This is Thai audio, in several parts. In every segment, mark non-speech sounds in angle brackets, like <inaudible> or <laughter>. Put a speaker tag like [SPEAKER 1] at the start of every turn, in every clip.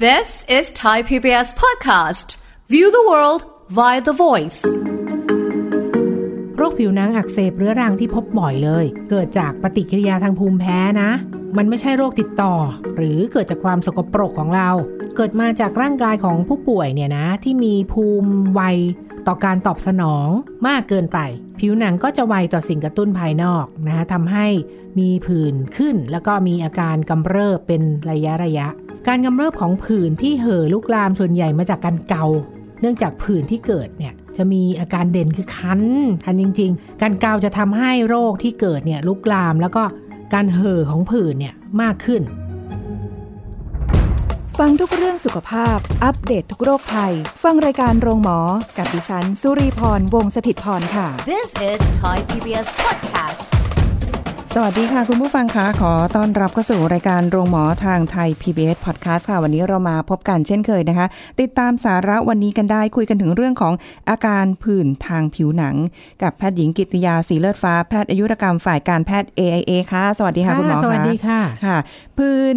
[SPEAKER 1] This is Thai PBS podcast. View the world via the voice.
[SPEAKER 2] โรคผิวหนังอักเสบเรื้อรังที่พบบ่อยเลย เกิดจากปฏิกิริยาทางภูมิแพ้นะ มันไม่ใช่โรคติดต่อ หรือเกิดจากความสกปรกของเรา เกิดมาจากร่างกายของผู้ป่วยเนี่ยนะ ที่มีภูมิไวต่อการตอบสนองมากเกินไป ผิวหนังก็จะไวต่อสิ่งกระตุ้นภายนอกนะคะทำให้มีผื่นขึ้น แล้วก็มีอาการกำเริบเป็นระยะระยะ การกำเริบของผื่นที่เห่อลุกลามส่วนใหญ่มาจากการเกา เนื่องจากผื่นที่เกิดเนี่ยจะมีอาการเด่นคือคันคันจริง ๆ การเกาจะทำให้โรคที่เกิดเนี่ยลุกลามแล้วก็การเห่อของผื่นเนี่ยมากขึ้น
[SPEAKER 3] ฟังทุกเรื่องสุขภาพ อัปเดตททุกโรคภัย ฟังรายการโรงหมอ กับดิฉัน สุรีพร วงศิตพรค่ะ
[SPEAKER 1] This is Thai PBS podcast.
[SPEAKER 4] สวัสดีค่ะ คุณผู้ฟังคะขอต้อนรับเข้าสู่รายการโรงหมอทางไทย PBS Podcast ค่ะ วันนี้เรามาพบกันเช่นเคยนะคะ ติดตามสาระวันนี้กันได้คุยกันถึงเรื่องของอาการผื่นทางผิวหนัง กับแพทย์หญิงกิติยาสีเลือดฟ้าแพทย์อายุรกรรมฝ่ายการแพทย์ AIA ค่ะ สวัสดีค่ะ คุณหมอ
[SPEAKER 2] สวัสดีค่ะ
[SPEAKER 4] ค่ะผื่น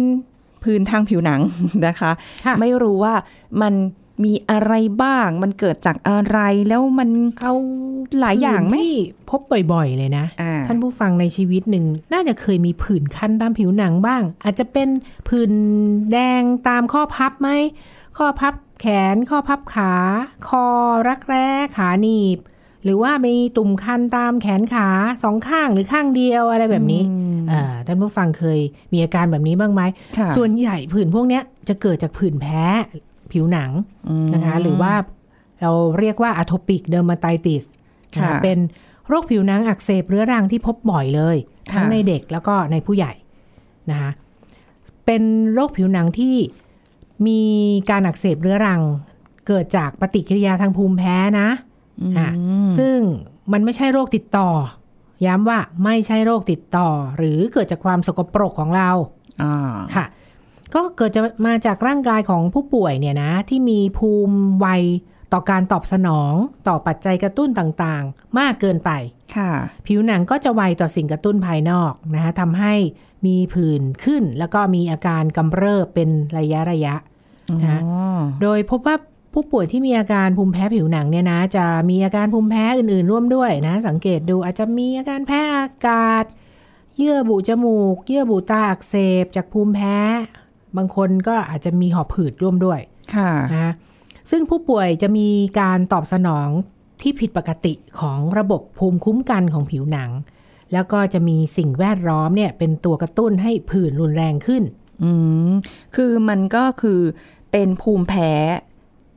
[SPEAKER 4] ผื่นทางผิวหนัง <laughs> นะคะ
[SPEAKER 2] ค่ะ
[SPEAKER 4] ไม่รู้ว่ามันมีอะไรบ้าง มันเกิดจากอะไรแล้วมัน
[SPEAKER 2] เอา
[SPEAKER 4] หลายอย่างไหม
[SPEAKER 2] ผื่นที่พบบ่อยๆ เลยนะ
[SPEAKER 4] อ่า
[SPEAKER 2] ท่านผู้ฟังในชีวิตหนึ่งน่าจะเคยมีผื่นคันตามผิวหนังบ้าง อาจจะเป็นผื่นแดงตามข้อพับไหม ข้อพับแขน ข้อพับขา คอรักแร้ขาหนีบ หรือว่ามีตุ่มคันตามแขนขาสองข้างหรือข้างเดียวอะไรแบบนี้เอ่อท่านผู้ฟังเคยมีอาการแบบนี้บ้างไหม
[SPEAKER 4] ค่ะ
[SPEAKER 2] ส่วนใหญ่ผื่นพวกเนี้ยจะเกิดจากผื่นแพ้ผิวหนังนะคะหรือว่าเราเรียกว่าอ t o ปิกเดอร์มาไตติส
[SPEAKER 4] ค่ะ
[SPEAKER 2] เป็นโรคผิวหนังอักเสบเรื้อรังที่พบบ่อยเลย ทั้ง
[SPEAKER 4] ค่ะ
[SPEAKER 2] ในเด็กแล้วก็ในผู้ใหญ่นะคะเป็นโรคผิวหนังที่มีการอักเสบเรื้อรัง เกิดจากปฏิกิริยาทางภูมิแพ้นะอ่ะซึ่งมันไม่ใช่โรคติดต่อ ย้ำว่าไม่ใช่โรคติดต่อ หรือเกิดจากความสกปรกของเรา
[SPEAKER 4] อ่า
[SPEAKER 2] ค่ะก็เกิดจะมาจากร่างกายของผู้ป่วยเนี่ยนะที่มีภูมิไวต่อการตอบสนอง ต่อปัจจัยกระตุ้นต่างๆ มากเกินไป
[SPEAKER 4] ค่ะ
[SPEAKER 2] ผิวหนังก็จะไวต่อสิ่งกระตุ้นภายนอกนะคะทำให้มีผื่นขึ้น แล้วก็มีอาการกำเริบเป็นระยะระยะๆนะคะ
[SPEAKER 4] อ๋อ
[SPEAKER 2] โดยพบว่าผู้ป่วยที่มีอาการภูมิแพ้ผิวหนังเนี่ยนะจะมีอาการภูมิแพ้อื่นๆ ร่วมด้วยนะ สังเกตดูอาจจะมีอาการแพ้อากาศ เยื่อบุจมูก เยื่อบุตาอักเสบจากภูมิแพ้ บางคนก็อาจจะมีหอบหืดร่วมด้วย
[SPEAKER 4] ค่ะ
[SPEAKER 2] นะซึ่งผู้ป่วยจะมีการตอบสนองที่ผิดปกติของระบบภูมิคุ้มกันของผิวหนัง แล้วก็จะมีสิ่งแวดล้อมเนี่ยเป็นตัวกระตุ้นให้ผื่นรุนแรงขึ้น
[SPEAKER 4] อืม คือมันก็คือเป็นภูมิแพ้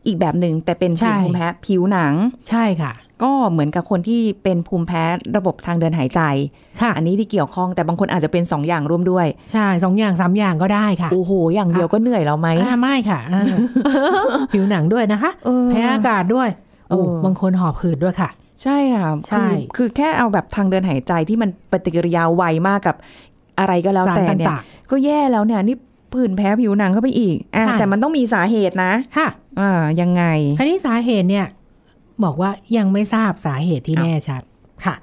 [SPEAKER 4] อีกแบบหนึ่งแต่เป็น
[SPEAKER 2] ใช่
[SPEAKER 4] ภูมิแพ้ผิวหนัง
[SPEAKER 2] ใช่ค่ะ
[SPEAKER 4] ก็เหมือนกับคนที่เป็นภูมิแพ้ระบบทางเดินหายใจ
[SPEAKER 2] ค่ะ
[SPEAKER 4] อันนี้ที่เกี่ยวข้องแต่บางคนอาจจะเป็นสองอย่างร่วมด้วย
[SPEAKER 2] ใช่สองอย่างสามอย่างก็ได้ค่ะ
[SPEAKER 4] โอ้โห อย่างเดียวก็เหนื่อยแล้วไหม
[SPEAKER 2] อ่าไม่ค่ะอ่า <laughs> ผิวหนังด้วยนะคะ
[SPEAKER 4] เออ
[SPEAKER 2] แพ้อากาศด้วยโอ้
[SPEAKER 4] เออ
[SPEAKER 2] บางคนหอบหืดด้วยค่ะ
[SPEAKER 4] ใช่ค่ะ
[SPEAKER 2] ใช่
[SPEAKER 4] คือคือแค่เอาแบบทางเดินหายใจที่มันปฏิกิริยาไวมากกับอะไรก็แล้ว
[SPEAKER 2] สาร
[SPEAKER 4] แต่
[SPEAKER 2] ต
[SPEAKER 4] เนี่ย
[SPEAKER 2] ่าง
[SPEAKER 4] ก็แย่แล้วเนี่ยนี่ผื่นแพ้ผิวหนังเข้าไปอีกอ่ะ
[SPEAKER 2] ใช่
[SPEAKER 4] แต่มันต้องมีสาเหตุนะ
[SPEAKER 2] ๆ ค่ะ
[SPEAKER 4] อ่า ยังไง
[SPEAKER 2] คราวนี้สาเหตุเนี่ย บอกว่ายังไม่ทราบสาเหตุที่
[SPEAKER 4] อ้าว
[SPEAKER 2] แน่ชัดค่ะ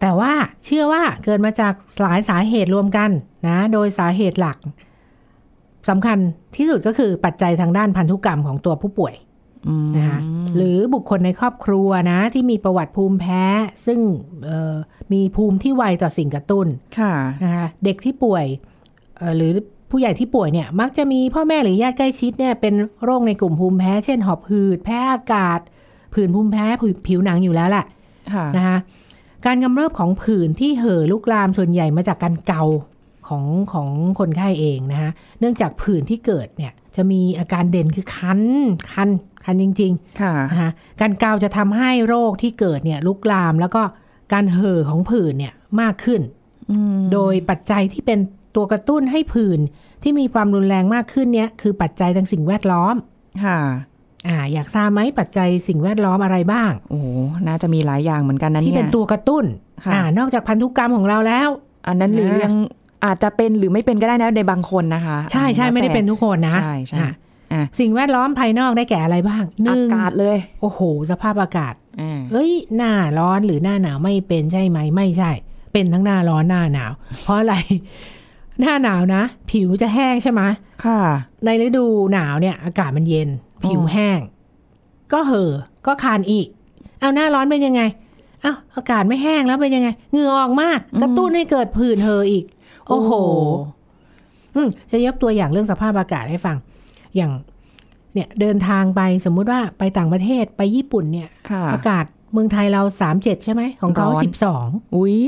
[SPEAKER 2] แต่ว่าเชื่อว่าเกิดมาจากหลายสาเหตุรวมกันนะ โดยสาเหตุหลักสำคัญที่สุดก็คือปัจจัยทางด้านพันธุกรรมของตัวผู้ป่วย
[SPEAKER 4] อืม
[SPEAKER 2] นะคะหรือบุคคลในครอบครัวนะที่มีประวัติภูมิแพ้ ซึ่งเอ่อมีภูมิที่ไวต่อสิ่งกระตุ้น
[SPEAKER 4] ค่ะ
[SPEAKER 2] นะคะเด็กที่ป่วยเอ่อหรือผู้ใหญ่ที่ป่วยเนี่ยมักจะมีพ่อแม่หรือญาติใกล้ชิดเนี่ยเป็นโรคในกลุ่มภูมิแพ้ เช่นหอบหืด แพ้อากาศ ผื่นภูมิแพ้ผวผิวหนังอยู่แล้วแหละ
[SPEAKER 4] ค่ะ
[SPEAKER 2] นะคะการกำเริบของผื่นที่เห่อลุกลามส่วนใหญ่มาจากการเกาของของคนไข้เองนะคะเนื่องจากผื่นที่เกิดเนี่ยจะมีอาการเด่นคือคันคันคันจริง ๆ
[SPEAKER 4] ค่ะ
[SPEAKER 2] นะคะการเกาจะทำให้โรคที่เกิดเนี่ยลุกลามแล้วก็การเห่อของผื่นเนี่ยมากขึ้น โดยปัจจัยที่เป็นตัวกระตุ้นให้ผื่นที่มีความรุนแรงมากขึ้นเนี่ยคือปัจจัยทางสิ่งแวดล้อม
[SPEAKER 4] ค่ะ
[SPEAKER 2] อ่าอยากทราบไหมปัจจัยสิ่งแวดล้อมอะไรบ้าง
[SPEAKER 4] โอ้โหน่าจะมีหลายอย่างเหมือนกันนะ
[SPEAKER 2] ที่
[SPEAKER 4] เนี่ย
[SPEAKER 2] เป็นตัวกระตุ้น
[SPEAKER 4] ค่ะ
[SPEAKER 2] อ่านอกจากพันธุกรรมของเราแล้ว
[SPEAKER 4] อันนั้นหรือ
[SPEAKER 2] นะ
[SPEAKER 4] ยังอาจจะเป็นหรือไม่เป็นก็ได้นะในบางคนนะคะ
[SPEAKER 2] ใช่ใช่
[SPEAKER 4] อั
[SPEAKER 2] ไม่ได้
[SPEAKER 4] แล้วแต่
[SPEAKER 2] เป็นทุกคนนะ
[SPEAKER 4] ใช่ใช่
[SPEAKER 2] อ่ะ
[SPEAKER 4] อ่ะ
[SPEAKER 2] สิ่งแวดล้อมภายนอกได้แก่อะไรบ้างห
[SPEAKER 4] อา
[SPEAKER 2] นึ่ง
[SPEAKER 4] กาศเลย
[SPEAKER 2] โอ้โห สภาพอากาศ
[SPEAKER 4] อ่า
[SPEAKER 2] เอ้ยหน้าร้อนหรือหน้าหนาวไม่เป็นใช่ไหมไม่ใช่ เป็นทั้งหน้าร้อนหน้าหนาว เพราะอะไร หน้าหนาวนะ ผิวจะแห้งใช่ไหมะ
[SPEAKER 4] ค่ะ
[SPEAKER 2] ในฤดูหนาวเนี่ย อากาศมันเย็น
[SPEAKER 4] อ๋อ
[SPEAKER 2] ผิวแห้ง ก็เห่อก็คานอีก เอาหน้าร้อนเป็นยังไง เอาอากาศไม่แห้งแล้วเป็นยังไงเหงื่อออกมาก กระตุ้นให้เกิดผื่นเห่ออีก โอ้โห อืมจะยกตัวอย่างเรื่องสภาพอากาศให้ฟัง อย่างเนี่ยเดินทางไปสมมุติว่าไปต่างประเทศไปญี่ปุ่นเนี่ย
[SPEAKER 4] ค่ะ
[SPEAKER 2] อากาศเมืองไทยเราสามเจ็ดใช่ไหมของเขา
[SPEAKER 4] ร้อน
[SPEAKER 2] สิบสอง
[SPEAKER 4] อุ๊ย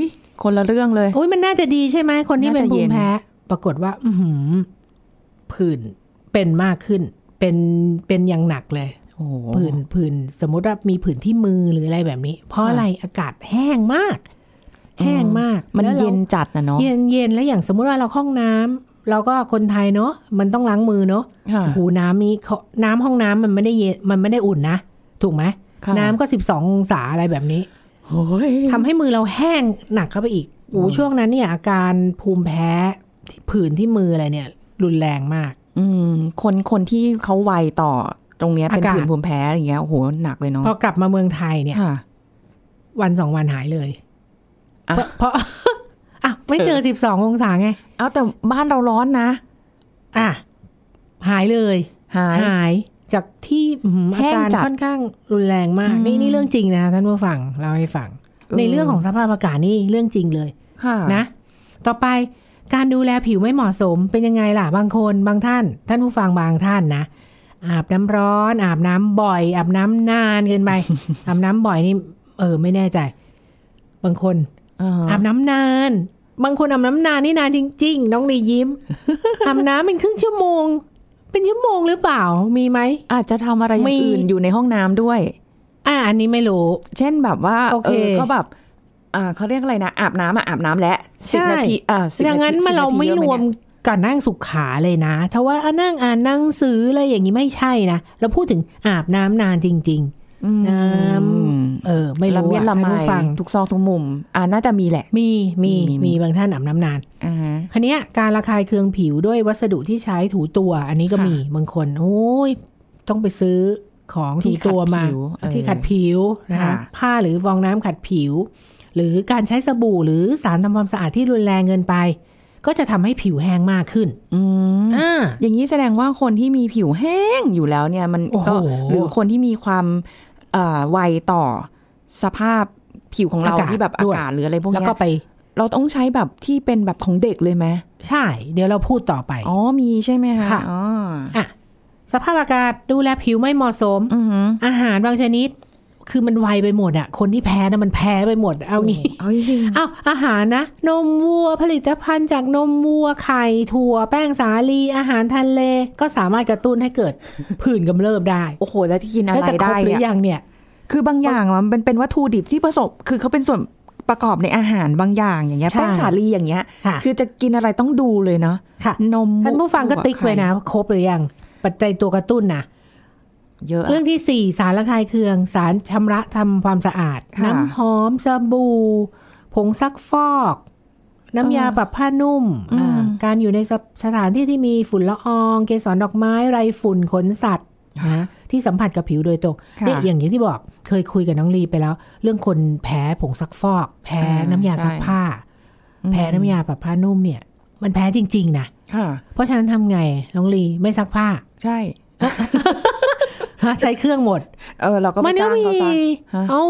[SPEAKER 4] คนละเรื่องเลย
[SPEAKER 2] อุ้ยมันน่าจะดีใช่ไหมคนที่เป็น
[SPEAKER 4] น่าจะ
[SPEAKER 2] ภู
[SPEAKER 4] เย็น
[SPEAKER 2] มิแพ้ ปรากฏว่า อือหือผื่นเป็นมากขึ้น เป็นเป็นอย่างหนักเลย
[SPEAKER 4] โอ้โห
[SPEAKER 2] ผื่นผื่นสมมติว่ามีผื่นที่มือหรืออะไรแบบนี้ เพราะ
[SPEAKER 4] ค่ะ
[SPEAKER 2] อะไรอากาศแห้งมาก แห้งมาก
[SPEAKER 4] มัน
[SPEAKER 2] แล้วรา
[SPEAKER 4] เย็นจัดนะเนาะ
[SPEAKER 2] เย็นเย็นแล้วอย่างสมมุติว่าเราเข้าห้องน้ำเราก็คนไทยเนาะมันต้องล้างมือเนาะ
[SPEAKER 4] ค่ะ
[SPEAKER 2] โอ้โหูน้ำมีเขาน้ำห้องน้ำมันไม่ได้เย็นมันไม่ได้อุ่นนะถูกไหม
[SPEAKER 4] ค่ะ
[SPEAKER 2] น้ำก็สิบสององศาอะไรแบบนี้
[SPEAKER 4] โอ้ย
[SPEAKER 2] ทำให้มือเราแห้งหนักเข้าไปอีกโอ้โหช่วงนั้นเนี่ยอาการภูมิแพ้ที่ผื่นที่มืออะไรเนี่ย รุนแรงมาก
[SPEAKER 4] อืม คนคนที่เขาไวต่อตรงเนี้ยเป็น
[SPEAKER 2] อากาศ
[SPEAKER 4] ผื่นภูมิแพ้อย่างเงี้ยโอ้โหหนักเลยเนาะ
[SPEAKER 2] พอกลับมาเมืองไทยเนี่ย
[SPEAKER 4] ค่ะ
[SPEAKER 2] วันสองวันหายเลย
[SPEAKER 4] อ่ะ
[SPEAKER 2] เพราะเพราะ <laughs> อ่ะไม่เจอสิบสององศาไง
[SPEAKER 4] เอาแต่บ้านเราร้อนนะ
[SPEAKER 2] อ่ะหายเลย
[SPEAKER 4] หาย
[SPEAKER 2] หายจากที่อื้อหืออา
[SPEAKER 4] แห้ง
[SPEAKER 2] การ
[SPEAKER 4] จัด
[SPEAKER 2] ค่อนข้างรุนแรงมาก
[SPEAKER 4] อืม
[SPEAKER 2] นี่นี่เรื่องจริงนะคะท่านผู้ฟังเราให้ฟัง
[SPEAKER 4] เออ
[SPEAKER 2] ในเรื่องของสภาพอากาศนี่เรื่องจริงเลย
[SPEAKER 4] ค่ะ
[SPEAKER 2] นะ ต่อไปการดูแลผิวไม่เหมาะสมเป็นยังไงล่ะบางคนบางท่าน ท่านผู้ฟังบางท่านนะอาบน้ำร้อน อาบน้ำบ่อย อาบน้ำนานเกิ
[SPEAKER 4] <laughs>
[SPEAKER 2] นไป อาบน้ำบ่อยนี่เออไม่แน่ใจ บางคน
[SPEAKER 4] เอออ
[SPEAKER 2] อาบน้ำนาน บางคนอาบน้ำนานนี่นานจริง ๆ น้องลี
[SPEAKER 4] <laughs>
[SPEAKER 2] ยิ้ม อาบน้ำเป็นครึ่งชั่วโมง เป็นชั่วโมงหรือเปล่า มีไหม
[SPEAKER 4] อาจจะทำอะไรอย่าง
[SPEAKER 2] มี
[SPEAKER 4] อื่นอยู่ในห้องน้ำด้วย
[SPEAKER 2] อ่า อันนี้ไม่รู้
[SPEAKER 4] เช่นแบบว่า
[SPEAKER 2] โอเค
[SPEAKER 4] ก็แบบอ่าเขาเรียกอะไรนะ อาบน้ำอะอาบน้ำแล้ว
[SPEAKER 2] ใช่
[SPEAKER 4] สิบนาทีอ่าสิบ
[SPEAKER 2] ดังนั้น
[SPEAKER 4] ที
[SPEAKER 2] มัน
[SPEAKER 4] สิบ
[SPEAKER 2] เรา
[SPEAKER 4] ที
[SPEAKER 2] ไม่
[SPEAKER 4] ยอะ
[SPEAKER 2] ร
[SPEAKER 4] ป
[SPEAKER 2] วม
[SPEAKER 4] เนี่ย
[SPEAKER 2] การนั่งสุขาเลยนะถ้าว่าอ่ะนั่งอ่านหนั่งสืออะไรอย่างนี้ไม่ใช่นะเราพูดถึงอาบน้ำนานจริง
[SPEAKER 4] อืม
[SPEAKER 2] ๆน้ำเออ ไม่
[SPEAKER 4] ละ
[SPEAKER 2] รู้
[SPEAKER 4] เมียด
[SPEAKER 2] อะ
[SPEAKER 4] ละ
[SPEAKER 2] ท่า
[SPEAKER 4] ไม
[SPEAKER 2] นผู้ฟัง
[SPEAKER 4] ทุกซอกทุกมุม อ่าน่าจะมีแหละ
[SPEAKER 2] มีมี
[SPEAKER 4] มีมี
[SPEAKER 2] มีบางท่านอาบน้ำนาน
[SPEAKER 4] อ่าฮะ
[SPEAKER 2] คันนี้ยการระคายเคืองผิวด้วยวัสดุที่ใช้ถูตัว อันนี้ก็
[SPEAKER 4] ค่ะ
[SPEAKER 2] มีบางคนโอ้ยต้องไปซื้อของ
[SPEAKER 4] ที่
[SPEAKER 2] ถูตัวมา
[SPEAKER 4] ขัดผิวเออ
[SPEAKER 2] ที่ขัดผิวนะคะ
[SPEAKER 4] ค่ะ
[SPEAKER 2] ผ้าหรือฟองน้ำขัดผิว หรือการใช้สบู่หรือสารทำความสะอาดที่รุนแรงเกินไป ก็จะทำให้ผิวแห้งมากขึ้น
[SPEAKER 4] อืม
[SPEAKER 2] อ่า
[SPEAKER 4] อย่างนี้แสดงว่าคนที่มีผิวแห้งอยู่แล้วเนี่ยมัน
[SPEAKER 2] โอ้โห
[SPEAKER 4] ก็หรือคนที่มีความเอ่อไวต่อสภาพผิวของเราที่แบบอา
[SPEAKER 2] ด้วย
[SPEAKER 4] กาศหรืออะไรพวก
[SPEAKER 2] แล้ว
[SPEAKER 4] เนี้ย
[SPEAKER 2] ก็ไป
[SPEAKER 4] เราต้องใช้แบบที่เป็นแบบของเด็กเลยไหม
[SPEAKER 2] ใช่ เดี๋ยวเราพูดต่อไป
[SPEAKER 4] อ๋อมีใช่ไหมคะ
[SPEAKER 2] ค่ะ
[SPEAKER 4] อ๋อ
[SPEAKER 2] อ่ะสภาพอากาศดูแลผิวไม่เหมาะสม
[SPEAKER 4] อือหือ
[SPEAKER 2] อาหารบางชนิด คือมันไวไปหมดอะคนที่แพ้นะมันแพ้ไปหมดเอางี้
[SPEAKER 4] เอาจริงๆ
[SPEAKER 2] เอาอาหารนะ นมวัวผลิตภัณฑ์จากนมวัวไข่ถั่ว แป้งสาลีอาหารทะเล ก็สามารถกระตุ้นให้เกิด ผื่นกำเริบได้
[SPEAKER 4] โอ้โห แล้วที่กินอะไร
[SPEAKER 2] แล้วจะครบ
[SPEAKER 4] ได้
[SPEAKER 2] หรื
[SPEAKER 4] เนี่ย
[SPEAKER 2] อยังเนี่ย
[SPEAKER 4] คือบางอย่างอะมันเป็นวัตถุดิบที่ผสมคือเขาเป็นส่วนประกอบในอาหารบางอย่างอย่างเงี้ย
[SPEAKER 2] ใช่
[SPEAKER 4] แป้งสาลีอย่างเงี้ย
[SPEAKER 2] ค่ะ
[SPEAKER 4] คือจะกินอะไรต้องดูเลยเนาะ
[SPEAKER 2] ค่ะ
[SPEAKER 4] นม
[SPEAKER 2] ท่านผู้ฟังก็ติ๊กไว้นะว่าครบหรือยัง ปัจจัยตัวกระตุ้นนะ
[SPEAKER 4] เยอะอะ
[SPEAKER 2] เรื่องที่ 4 สารละคายเคือง สารชำระทำความสะอาด
[SPEAKER 4] ค่ะ
[SPEAKER 2] น้ำหอมสบู่ผงซักฟอก น้ำยา
[SPEAKER 4] เออ
[SPEAKER 2] ปรับผ้านุ่ม
[SPEAKER 4] อืม
[SPEAKER 2] อ่าการอยู่ในสสถานที่ที่มีฝุ่นละออง เกสรดอกไม้ไรฝุ่นขนสัตว์
[SPEAKER 4] ค่ะ
[SPEAKER 2] ที่สัมผัสกับผิวโดยตรง
[SPEAKER 4] ค่ะ
[SPEAKER 2] นี่อย่างนี้ที่บอกเคยคุยกับน้องลีไปแล้ว เรื่องคนแพ้ผงซักฟอก แพ้
[SPEAKER 4] อ่า
[SPEAKER 2] น้ำยา
[SPEAKER 4] ใช่
[SPEAKER 2] ซักผ้า แพ้น้ำยาปรับผ้านุ่มเนี่ย มันแพ้จริง ๆ นะ
[SPEAKER 4] ค่ะ
[SPEAKER 2] เพราะฉะนั้นทำไง น้องลีไม่ซักผ้า <laughs>
[SPEAKER 4] ใช่
[SPEAKER 2] ใช้เครื่องหมด
[SPEAKER 4] เออเราก็
[SPEAKER 2] มั
[SPEAKER 4] ไม่
[SPEAKER 2] นก็
[SPEAKER 4] จ้าง
[SPEAKER 2] มี
[SPEAKER 4] เขาซะ ฮะ
[SPEAKER 2] เอ้า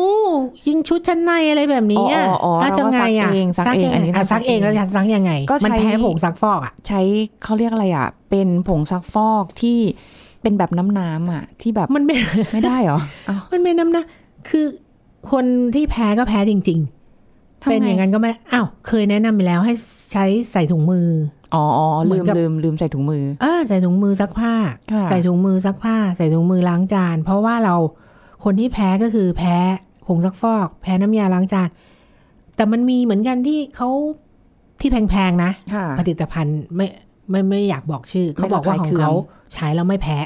[SPEAKER 2] ยิงชุดชั้นในอะไรแบบนี้
[SPEAKER 4] อ๋ออ๋ออ๋อ
[SPEAKER 2] แล้วจะไงอ่ะ
[SPEAKER 4] เราก็ซักเองซักเองอันนี้เรา
[SPEAKER 2] ะซักเองแล้วจะซักยังไง
[SPEAKER 4] ก็ใช้
[SPEAKER 2] มันแพ้ผงซักฟอกอ่ะ
[SPEAKER 4] ใช้เขาเรียกอะไรอ่ะ เป็นผงซักฟอกที่เป็นแบบน้ำน้ำๆอ่ะ ที่แบบ
[SPEAKER 2] มันเป็น
[SPEAKER 4] ไม่ได้เหรออ้าว
[SPEAKER 2] มันเป็นน้ำหนะคือคนที่แพ้ก็แพ้จริง ๆ
[SPEAKER 4] ทำไง
[SPEAKER 2] เป็นอย่างนั้นก็ไม่อ้าวเคยแนะนำไปแล้วให้ใช้ใส่ถุงมือ
[SPEAKER 4] อ๋ออ๋อ
[SPEAKER 2] เหมื
[SPEAKER 4] ลื
[SPEAKER 2] อ
[SPEAKER 4] ม
[SPEAKER 2] นกับ
[SPEAKER 4] ลืมลืมใส่ถุงมือ
[SPEAKER 2] อ่าใส่ถุงมือซักผ้า
[SPEAKER 4] ค่ะ
[SPEAKER 2] ใส่ถุงมือซักผ้า ใส่ถุงมือล้างจาน เพราะว่าเราคนที่แพ้ก็คือแพ้ผงซักฟอก แพ้น้ำยาล้างจาน แต่มันมีเหมือนกันที่เขาที่แพงๆนะ
[SPEAKER 4] ค่ะ
[SPEAKER 2] ผลิตภัณฑ์ไม่ไม่ไม่อยากบอกชื่อ เขาบอกว่าของ
[SPEAKER 4] ไม่ระคายเคือง
[SPEAKER 2] เขาใช้แล้วไม่แพ้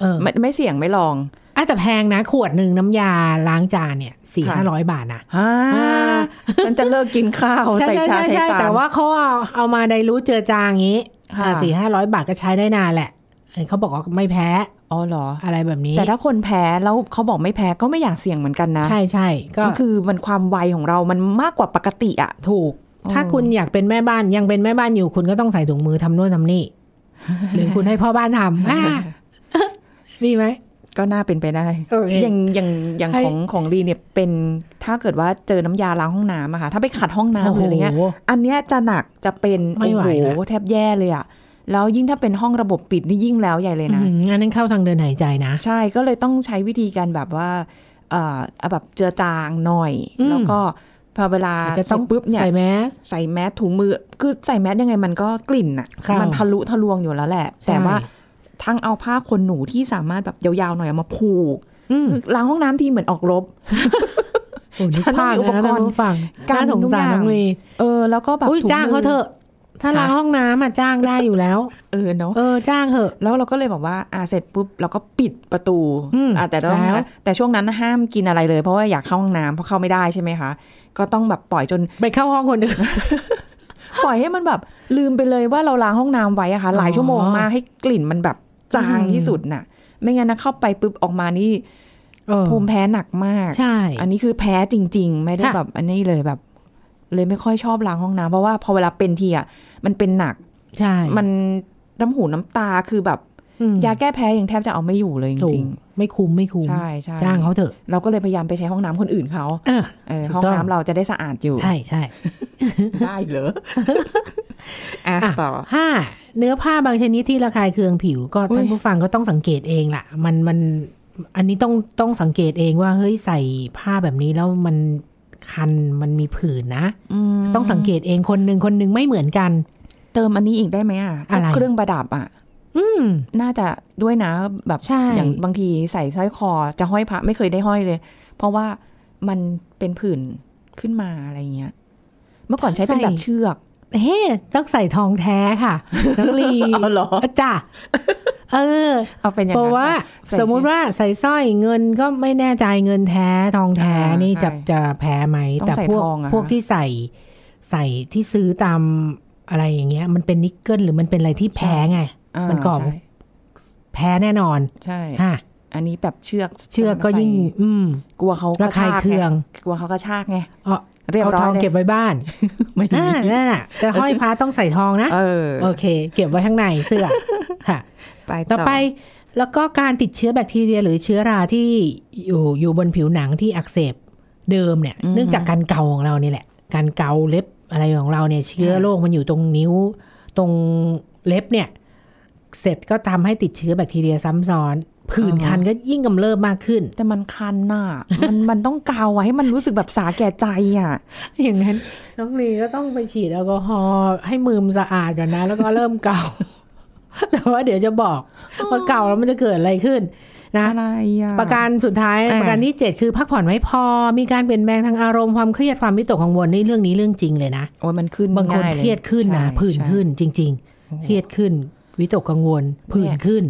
[SPEAKER 2] เออ
[SPEAKER 4] ไม่ไม่เสี่ยงไม่ลอง
[SPEAKER 2] อะแต่แพงนะ ขวดหนึ่งน้ำยาล้างจานเนี่ยสี่
[SPEAKER 4] ค่ะ
[SPEAKER 2] ห้าร้อยบาทนะ
[SPEAKER 4] ฮ่า
[SPEAKER 2] อ่า
[SPEAKER 4] ฉันจะเลิกกินข้าวใส่ชาใส่จาน
[SPEAKER 2] แต่ว่าเขาเอาเอามาไดรู้เจือจางอย่างนี้
[SPEAKER 4] ค่ะ
[SPEAKER 2] สี่ห้าร้อยบาทก็ใช้ได้นานแหละเห็นเขาบอกว่าไม่แพ้
[SPEAKER 4] อ๋อเหรอ
[SPEAKER 2] อะไรแบบนี้
[SPEAKER 4] แต่ถ้าคนแพ้แล้วเขาบอกไม่แพ้ก็ไม่อยากเสี่ยงเหมือนกันนะ
[SPEAKER 2] ใช่ใช่ก็
[SPEAKER 4] มันคือมันความไวของเรามันมากกว่าปกติอะ
[SPEAKER 2] ถูก ถ้าคุณอยากเป็นแม่บ้านยังเป็นแม่บ้านอยู่คุณก็ต้องใส่ถุงมือทำนู่นทำ
[SPEAKER 4] <laughs>
[SPEAKER 2] นี่ หรือคุณให้พ่อบ้านทำอ่ามีไหม
[SPEAKER 4] ก็น่าเป็นไปได้
[SPEAKER 2] เออเออ
[SPEAKER 4] อย่างอย่างอย่าง
[SPEAKER 2] ให้
[SPEAKER 4] ของของรีเนี่ยเป็นถ้าเกิดว่าเจอน้ำยาล้างห้องน้ำอะค่ะ ถ้าไปขัดห้องน้ำหรืออะไรเงี้ย
[SPEAKER 2] โโห
[SPEAKER 4] อันเนี้ยจะหนักจะเป็น
[SPEAKER 2] ไม่
[SPEAKER 4] โอ้
[SPEAKER 2] ไหว
[SPEAKER 4] โห
[SPEAKER 2] นะ
[SPEAKER 4] แทบแย่เลยอะแล้วยิ่งถ้าเป็นห้องระบบปิดนี่ยิ่งแล้วใหญ่เลยนะ
[SPEAKER 2] อืมอันนั้นเข้าทางเดินหายใจนะ
[SPEAKER 4] ใช่ก็เลยต้องใช้วิธีการแบบว่าเอ่อเอาแบบเจือจางหน่อย
[SPEAKER 2] อืม
[SPEAKER 4] แล้วก็พอเวลา
[SPEAKER 2] อาจจะต้อง
[SPEAKER 4] เสร็จปุ๊บเนี่ย
[SPEAKER 2] ใส่แมส
[SPEAKER 4] ใส่แมสถุงมือ คือใส่แมสยังไงมันก็กลิ่นอะ
[SPEAKER 2] ค่ะ
[SPEAKER 4] มันทะลุทะลวงอยู่แล้วแหละ
[SPEAKER 2] ใช่
[SPEAKER 4] แต่ว่าทั้งเอาผ้าขนหนูที่สามารถแบบยาวๆหน่อยเอามาผูก
[SPEAKER 2] อืม
[SPEAKER 4] คือล้างห้องน้ำทีเหมือนออกรบ
[SPEAKER 2] โอ้นึก
[SPEAKER 4] ฉันต้
[SPEAKER 2] ภา
[SPEAKER 4] อง
[SPEAKER 2] พ
[SPEAKER 4] มี
[SPEAKER 2] นะ
[SPEAKER 4] อุปกร
[SPEAKER 2] ท่า
[SPEAKER 4] ณ์
[SPEAKER 2] นผู้ฟัง
[SPEAKER 4] กัน
[SPEAKER 2] น่าสงสาร
[SPEAKER 4] ทุกอย่าง
[SPEAKER 2] น้องลี
[SPEAKER 4] เออแล้วก็แบบ
[SPEAKER 2] อุ้ย
[SPEAKER 4] ถุ
[SPEAKER 2] จ้าง
[SPEAKER 4] มื
[SPEAKER 2] เขาเถอะ ถ้าล้างห้องน้ำอ่ะจ้างได้อยู่แล้ว
[SPEAKER 4] เอ <laughs> อเนาะ
[SPEAKER 2] เออจ้างเถอะ
[SPEAKER 4] แล้วเราก็เลยบอกว่าอ่าเสร็จปุ๊บเราก็ปิดประตู
[SPEAKER 2] อืม
[SPEAKER 4] อ่าแต่ต้อง
[SPEAKER 2] แล้ว
[SPEAKER 4] แต่ช่วงนั้นห้ามกินอะไรเลยเพราะว่าอยากเข้าห้องน้ำเพราะเข้าไม่ได้ใช่ไหมคะก็ต้องแบบปล่อยจน
[SPEAKER 2] ไปเข้าห้องคนอื่น
[SPEAKER 4] ปล่อยให้มันแบบลืมไปเลยว่าเราล้างห้องน้ำไว้อะค่ะหลายชั่วโมงมากให้กลิ่นมันแบบจาง
[SPEAKER 2] อืม
[SPEAKER 4] ที่สุดน่ะ ไม่งั้นนะเข้าไปปุ๊บออกมานี่
[SPEAKER 2] เออ
[SPEAKER 4] ภูมิแพ้หนักมาก
[SPEAKER 2] ใช่
[SPEAKER 4] อันนี้คือแพ้จริง ๆ ไม่ได้
[SPEAKER 2] ค่ะ
[SPEAKER 4] แบบ อันนี้เลยแบบ เลยไม่ค่อยชอบล้างห้องน้ำเพราะว่าพอเวลาเป็นทีอ่ะมันเป็นหนัก
[SPEAKER 2] ใช่
[SPEAKER 4] มันน้ำหูน้ำตาคือแบบ
[SPEAKER 2] อืม
[SPEAKER 4] ยาแก้แพ้ยังแทบจะเอาไม่อยู่เลยจ
[SPEAKER 2] ถูก
[SPEAKER 4] ริง
[SPEAKER 2] ไม่คุ้มไม่คุ้ม
[SPEAKER 4] ๆใช่ใช่
[SPEAKER 2] จ้างเขาเถอะ
[SPEAKER 4] เราก็เลยพยายามไปใช้ห้องน้ำคนอื่นเขา
[SPEAKER 2] เออ
[SPEAKER 4] เออ
[SPEAKER 2] ถูก
[SPEAKER 4] ห้อง
[SPEAKER 2] ต้อง
[SPEAKER 4] น้ำเราจะได้สะอาดอยู่
[SPEAKER 2] ใช่ใช่
[SPEAKER 4] ได้เหรอ อ่ะ
[SPEAKER 2] อ่ะ
[SPEAKER 4] ต่อ
[SPEAKER 2] ห้าเนื้อผ้าบางชนิดที่ระคายเคืองผิวก็
[SPEAKER 4] อุ๊ย
[SPEAKER 2] ท่านผู้ฟังก็ต้องสังเกตเองล่ะ มันมันอันนี้ต้องต้องสังเกตเองว่าเฮ้ยใส่ผ้าแบบนี้แล้วมันคันมันมีผื่นนะ
[SPEAKER 4] อืม
[SPEAKER 2] ต้องสังเกตเองคนหนึ่งคนหนึ่งไม่เหมือนกัน
[SPEAKER 4] เติมอันนี้อีกได้ไหมอ่ะพวก
[SPEAKER 2] อะไร
[SPEAKER 4] เครื่องประดับอ่ะ
[SPEAKER 2] อืม
[SPEAKER 4] น่าจะด้วยนะแบบ
[SPEAKER 2] ใช่
[SPEAKER 4] อย่างบางทีใส่สร้อยคอจะห้อยพระไม่เคยได้ห้อยเลย เพราะว่ามันเป็นผื่นขึ้นมาอะไรเงี้ย เมื่อก่อนใช้เป็นแบบเชือก
[SPEAKER 2] เฮ้ต้องใส่ทองแท้
[SPEAKER 4] <laughs>
[SPEAKER 2] ค่ะนักลี
[SPEAKER 4] เอาเหรอ
[SPEAKER 2] จ้ะเออ
[SPEAKER 4] เอาเป็นอย่าง
[SPEAKER 2] เพ
[SPEAKER 4] นั้น
[SPEAKER 2] ราะว่า
[SPEAKER 4] อ่ะใ
[SPEAKER 2] สมมุติ
[SPEAKER 4] เชือก
[SPEAKER 2] ว่าใส่สร้อยเงินก็ไม่แน่ใจเงินแท้ทองแท้
[SPEAKER 4] อ่านี่
[SPEAKER 2] นี่จะ
[SPEAKER 4] ใช่
[SPEAKER 2] จะแพ้ไหม
[SPEAKER 4] ต้อง
[SPEAKER 2] แต่
[SPEAKER 4] ใส่
[SPEAKER 2] พวก
[SPEAKER 4] ทองอะ
[SPEAKER 2] พวกที่ใส่ใส่ที่ซื้อตามอะไรอย่างเงี้ย มันเป็นนิกเกิลหรือมันเป็นอะไรที่แพ้ไง
[SPEAKER 4] อ่า
[SPEAKER 2] มันกรอบ
[SPEAKER 4] ใช่
[SPEAKER 2] แพ้แน่นอน
[SPEAKER 4] ใช่
[SPEAKER 2] ฮะ
[SPEAKER 4] อันนี้แบบเชือก
[SPEAKER 2] เชือกก็ยิ่ง
[SPEAKER 4] ใส่
[SPEAKER 2] อืม
[SPEAKER 4] กลัวเขาก
[SPEAKER 2] ระ
[SPEAKER 4] ช
[SPEAKER 2] คาย
[SPEAKER 4] กไ
[SPEAKER 2] เคือง
[SPEAKER 4] กลัวเขากระชากไง
[SPEAKER 2] เอา
[SPEAKER 4] เรียบ
[SPEAKER 2] เอา
[SPEAKER 4] ร้อ
[SPEAKER 2] ท
[SPEAKER 4] ย
[SPEAKER 2] อง
[SPEAKER 4] เลย
[SPEAKER 2] เก็บไว้บ้าน <laughs>
[SPEAKER 4] ไม่มี
[SPEAKER 2] อ่านั่นน่ะจะห้อยพระต้องใส่ทองนะ
[SPEAKER 4] เออ
[SPEAKER 2] โอเค เก็บไว้ข้างในเสื้อ
[SPEAKER 4] <laughs>
[SPEAKER 2] ค่ะ
[SPEAKER 4] ไป
[SPEAKER 2] ต่อไปแล้วก็การติดเชื้อแบคทีเรียหรือเชื้อราที่อยู่อยู่บนผิวหนังที่อักเสบเดิมเนี่ย เนื่องจากการเกาของเรานี่แหละ การเกาเล็บอะไรของเราเนี่ย เชื้อโรคมันอยู่ตรงนิ้ว ตรงเล็บเนี่ย เสร็จก็ทำให้ติดเชื้อแบคทีเรียซ้ำซ้อนผื่นคันก็ยิ่งกำเริบมากขึ้น
[SPEAKER 4] แต่มันคันน่ะ มันมันต้องกาวอะให้มันรู้สึกแบบสาแก่ใจอ่ะ
[SPEAKER 2] อย่างนั้น น้องลีก็ต้องไปฉีดแอลกอฮอล์ให้มือมนสะอาดก่อนนะ แล้วก็เริ่มเกา <laughs> แต่ว่าเดี๋ยวจะบอกว่าเกาแล้วมันจะเกิดอะไรขึ้นนะ
[SPEAKER 4] อะไรอ่ะ
[SPEAKER 2] ประการสุดท้าย
[SPEAKER 4] อ่า
[SPEAKER 2] ประการที่ 7 คือพักผ่อนไม่พอ มีการเปลี่ยนแปลงทางอารมณ์ความเครียดความวิตกกังวลนี่เรื่องนี้เรื่องจริงเลยนะ
[SPEAKER 4] โอ้ยมันขึ้น
[SPEAKER 2] บางคน
[SPEAKER 4] ง่ล
[SPEAKER 2] เครียดขึ้นนะ
[SPEAKER 4] ใช่
[SPEAKER 2] ผื่น
[SPEAKER 4] ใช่
[SPEAKER 2] ขึ้นจริง
[SPEAKER 4] โอ้โห
[SPEAKER 2] ๆ เครียดขึ้น วิตกกังวล ผื่
[SPEAKER 4] เนี่
[SPEAKER 2] น
[SPEAKER 4] ย
[SPEAKER 2] ขึ้น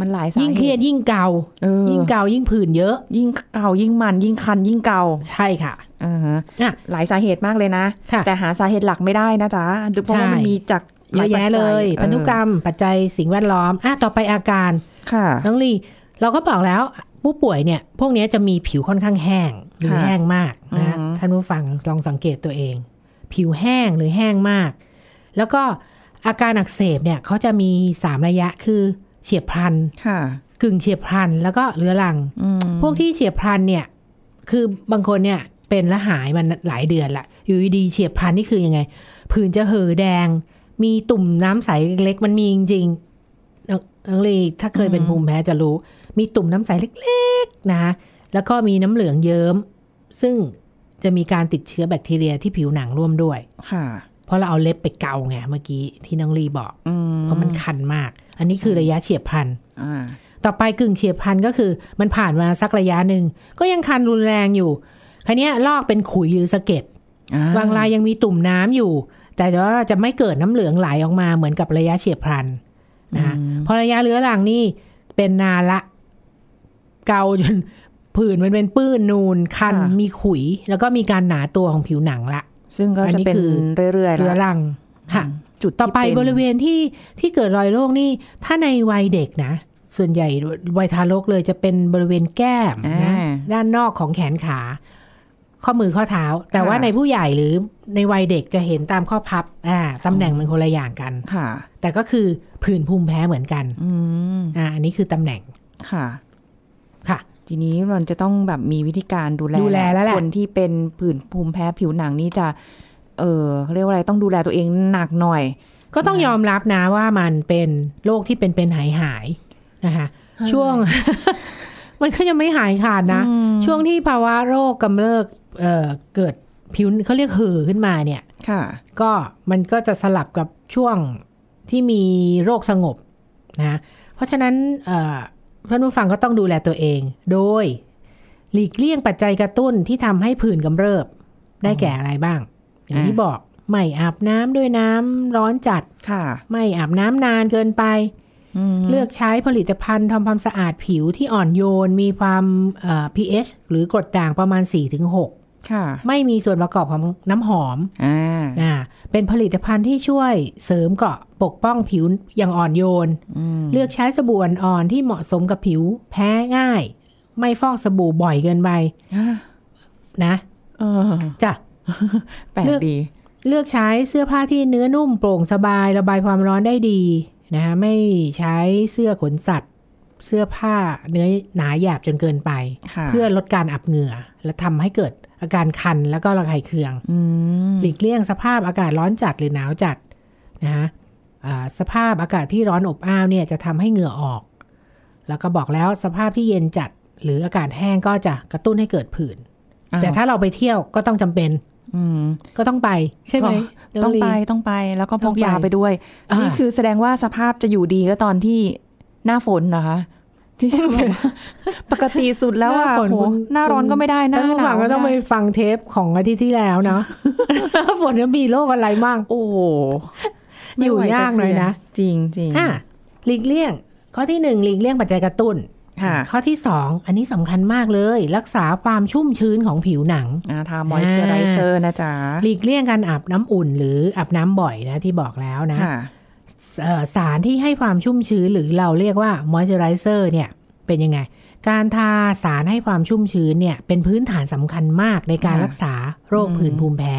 [SPEAKER 4] มันหลายสา
[SPEAKER 2] ยิ่งเครียด
[SPEAKER 4] หตุ
[SPEAKER 2] ยิ่งเกา
[SPEAKER 4] เออ
[SPEAKER 2] ยิ่งเกายิ่งผื่นเยอะ
[SPEAKER 4] ยิ่งเก่ายิ่งมัน ยิ่งคันยิ่งเก่า
[SPEAKER 2] ใช่ค่ะ
[SPEAKER 4] อ่าฮะ
[SPEAKER 2] อ่ะ
[SPEAKER 4] หลายสาเหตุมากเลยนะ
[SPEAKER 2] ค่ะ
[SPEAKER 4] แต่หาสาเหตุหลักไม่ได้นะจ๊ะเพราะว่ามัน
[SPEAKER 2] ใช่
[SPEAKER 4] มีจากห
[SPEAKER 2] เยอะ
[SPEAKER 4] ลาปัจ
[SPEAKER 2] แยะ
[SPEAKER 4] จั
[SPEAKER 2] เลย
[SPEAKER 4] ออ
[SPEAKER 2] พันธุกรรมปัจจัยสิ่งแวดล้อมอ่ะต่อไปอาการ
[SPEAKER 4] ค่ะ
[SPEAKER 2] น้องลีเราก็บอกแล้วผู้ป่วยเนี่ย พวกเนี้ยจะมีผิวค่อนข้างแห้งหรือ
[SPEAKER 4] ค่ะ
[SPEAKER 2] แห้งมากนะ
[SPEAKER 4] อือหือ
[SPEAKER 2] ท่านผู้ฟังลองสังเกตตัวเอง ผิวแห้งหรือแห้งมาก แล้วก็อาการอักเสบเนี่ยเขาจะมีสามระยะคือเฉียบพลัน
[SPEAKER 4] ค่ะ
[SPEAKER 2] กึ่งเฉียบพลัน แล้วก็เรื้อรัง
[SPEAKER 4] อืม
[SPEAKER 2] พวกที่เฉียบพลันเนี่ย คือบางคนเนี่ยเป็นและหายมันหลายเดือนละอยู่ดีๆเฉียบพลันนี่คือยังไง ผื่นจะเห่อแดง มีตุ่มน้ำใสเล็กๆมันมีจริงๆน้องน้องลีถ้าเคยเป็นภูมิแพ้จะรู้ มีตุ่มน้ำใสเล็กๆนะคะแล้วก็มีน้ำเหลืองเยิ้ม ซึ่งจะมีการติดเชื้อแบคทีเรียที่ผิวหนังร่วมด้วย
[SPEAKER 4] ค่ะ
[SPEAKER 2] เพราะเราเอาเล็บไปเกาไงเมื่อกี้ที่น้องลีบอก
[SPEAKER 4] อืม
[SPEAKER 2] เพราะมันคันมาก อันนี้คือระยะเฉียบพลัน
[SPEAKER 4] อ่า
[SPEAKER 2] ต่อไปกึ่งเฉียบพลันก็คือมันผ่านมาสักระยะหนึ่ง ก็ยังคันรุนแรงอยู่คันนี้ยลอกเป็นขุยหรือสะเก็ด
[SPEAKER 4] อ่
[SPEAKER 2] บางรายยังมีตุ่มน้ำอยู่ แต่ว่าจะไม่เกิดน้ำเหลืองไหลออกมาเหมือนกับระยะเฉียบพลันนะคะพอระยะเรื้อรังนี่เป็นนานละ เกาจน ผื่นมันเป็นปื้นนูนคันมีขุย แล้วก็มีการหนาตัวของผิวหนังละ
[SPEAKER 4] ซึ่งก็
[SPEAKER 2] อัน
[SPEAKER 4] จะ
[SPEAKER 2] นี้
[SPEAKER 4] เป็น
[SPEAKER 2] คือ
[SPEAKER 4] เรื่อยๆ
[SPEAKER 2] เรื้อ
[SPEAKER 4] ละ
[SPEAKER 2] รังค่ะ
[SPEAKER 4] จุดที่
[SPEAKER 2] ต่อไป
[SPEAKER 4] น
[SPEAKER 2] บริเวณที่ที่เกิดรอยโรคนี่ถ้าในวัยเด็กนะ ส่วนใหญ่วัยทารกเลยจะเป็นบริเวณแก้ม
[SPEAKER 4] อ่า
[SPEAKER 2] นะด้านนอกของแขนขา ข้อมือข้อเท้า แต่ว่า
[SPEAKER 4] ค่ะ
[SPEAKER 2] ในผู้ใหญ่หรือในวัยเด็กจะเห็นตามข้อพับอ่าตำแหน่งมันคนละอย่างกัน
[SPEAKER 4] ค่ะ
[SPEAKER 2] แต่ก็คือผื่นภูมิแพ้เหมือนกัน
[SPEAKER 4] อืม
[SPEAKER 2] อ่าอันนี้คือตำแหน่ง
[SPEAKER 4] ค่ะ
[SPEAKER 2] ค่ะ
[SPEAKER 4] ทีนี้มันจะต้องแบบมีวิธีการดูแล
[SPEAKER 2] ดูแลแล้วแหละ
[SPEAKER 4] คนที่เป็นผื่นภูมิแพ้ผิวหนังนี่จะ เออเขาเรียกว่าอะไรต้องดูแลตัวเองหนักหน่อย
[SPEAKER 2] ก็ต้องยอมรับนะว่ามันเป็นโรคที่เป็นเป็นหายหายๆนะคะ ช่วง <laughs> มันก็ยังไม่หายขาดนะ
[SPEAKER 4] อืม
[SPEAKER 2] ช่วงที่ภาวะโรคกำเริบเอ่อเกิดผิวเขาเรียกหือขึ้นมาเนี่ย
[SPEAKER 4] ค่ะ
[SPEAKER 2] ก็มันก็จะสลับกับช่วงที่มีโรคสงบนะเพราะฉะนั้นเอ่อท่านผู้ฟังก็ต้องดูแลตัวเอง โดยหลีกเลี่ยงปัจจัยกระตุ้นที่ทำให้ผื่นกำเริบได้แก่อะไรบ้าง อย่างที่
[SPEAKER 4] อ่า
[SPEAKER 2] บอกไม่อาบน้ำด้วยน้ำร้อนจัด
[SPEAKER 4] ค่ะ
[SPEAKER 2] ไม่อาบน้ำนานเกินไป
[SPEAKER 4] ม
[SPEAKER 2] เลือกใช้ผลิตภัณฑ์ทำความสะอาดผิวที่อ่อนโยน มีความเอ่อ pH หรือกรดด่างประมาณ 4-6
[SPEAKER 4] ค่ะ
[SPEAKER 2] ไม่มีส่วนประกอบของน้ำหอม
[SPEAKER 4] อ่า
[SPEAKER 2] นะเป็นผลิตภัณฑ์ที่ช่วยเสริมเกราะปกป้องผิวอย่างอ่อนโยน
[SPEAKER 4] อืม
[SPEAKER 2] เลือกใช้สบู่อ่อนๆที่เหมาะสมกับผิวแพ้ง่าย ไม่ฟอกสบู่บ่อยเกินไป
[SPEAKER 4] อ่า
[SPEAKER 2] นะ
[SPEAKER 4] เออ
[SPEAKER 2] จ้ะ
[SPEAKER 4] แปลก
[SPEAKER 2] เลือก
[SPEAKER 4] ดี
[SPEAKER 2] เลือกใช้เสื้อผ้าที่เนื้อนุ่มโปร่งสบายระบายความร้อนได้ดีนะคะไม่ใช้เสื้อขนสัตว์ เสื้อผ้าเนื้อหนาหยาบจนเกินไป
[SPEAKER 4] ค่ะ
[SPEAKER 2] เพื่อลดการอับเหงื่อ และทำให้เกิดอาการคันแล้วก็ระคายเคือง
[SPEAKER 4] อืม
[SPEAKER 2] หลีกเลี่ยงสภาพอากาศร้อนจัดหรือหนาวจัดนะคะอ่าสภาพอากาศที่ร้อนอบอ้าวเนี่ยจะทำให้เหงื่อออก แล้วก็บอกแล้วสภาพที่เย็นจัด หรืออากาศแห้งก็จะกระตุ้นให้เกิดผื่น แต่ถ้าเราไปเที่ยวก็ต้องจำเป็น
[SPEAKER 4] อืม
[SPEAKER 2] ก็ต้องไปใช่ไหมน้
[SPEAKER 4] ต้อง
[SPEAKER 2] ลี
[SPEAKER 4] ไปต้องไปแล้วก็พ
[SPEAKER 2] ต้อง
[SPEAKER 4] ก
[SPEAKER 2] ไป
[SPEAKER 4] ยาไปด้วย
[SPEAKER 2] อ่านี่
[SPEAKER 4] นี่คือแสดงว่าสภาพจะอยู่ดีก็ตอนที่หน้าฝนนะคะที่จะบอกว่าปกติสุดแล้ว
[SPEAKER 2] ห
[SPEAKER 4] อ่ะ
[SPEAKER 2] น้าฝน
[SPEAKER 4] โห
[SPEAKER 2] คุณ
[SPEAKER 4] หน้าร้อนก็ไม่ได้หน้า
[SPEAKER 2] ท่านผู้
[SPEAKER 4] ห
[SPEAKER 2] ฟั
[SPEAKER 4] นาง ว
[SPEAKER 2] ก็ต้องไปฟังเทปของอาทิตย์ที่แล้ว
[SPEAKER 4] <laughs>
[SPEAKER 2] เนาะ ฝนจะมีโรคอะไรบ้าง
[SPEAKER 4] โอ้โห
[SPEAKER 2] อยู่ยากหน่อยนะ
[SPEAKER 4] จริงจริงๆ
[SPEAKER 2] อ่ะหลีกเลี่ยง ข้อที่หนึ่งหลีกเลี่ยงปัจจัยกระตุ้น
[SPEAKER 4] ค่ะ
[SPEAKER 2] ข้อที่สองอันนี้สำคัญมากเลย รักษาความชุ่มชื้นของผิวหนัง
[SPEAKER 4] อ่าทามอยส์เจอไรเซอร์นะจ๊ะ
[SPEAKER 2] หลีกเลี่ยงการอาบน้ำอุ่น หรืออาบน้ำบ่อยนะที่บอกแล้วนะ
[SPEAKER 4] ค่ะ
[SPEAKER 2] เอ่อสารที่ให้ความชุ่มชื้นหรือเราเรียกว่ามอยเจอไรเซอร์เนี่ยเป็นยังไง การทาสารให้ความชุ่มชื้นเนี่ยเป็นพื้นฐานสำคัญมากในการรักษาโรคผื่นภูมิแพ้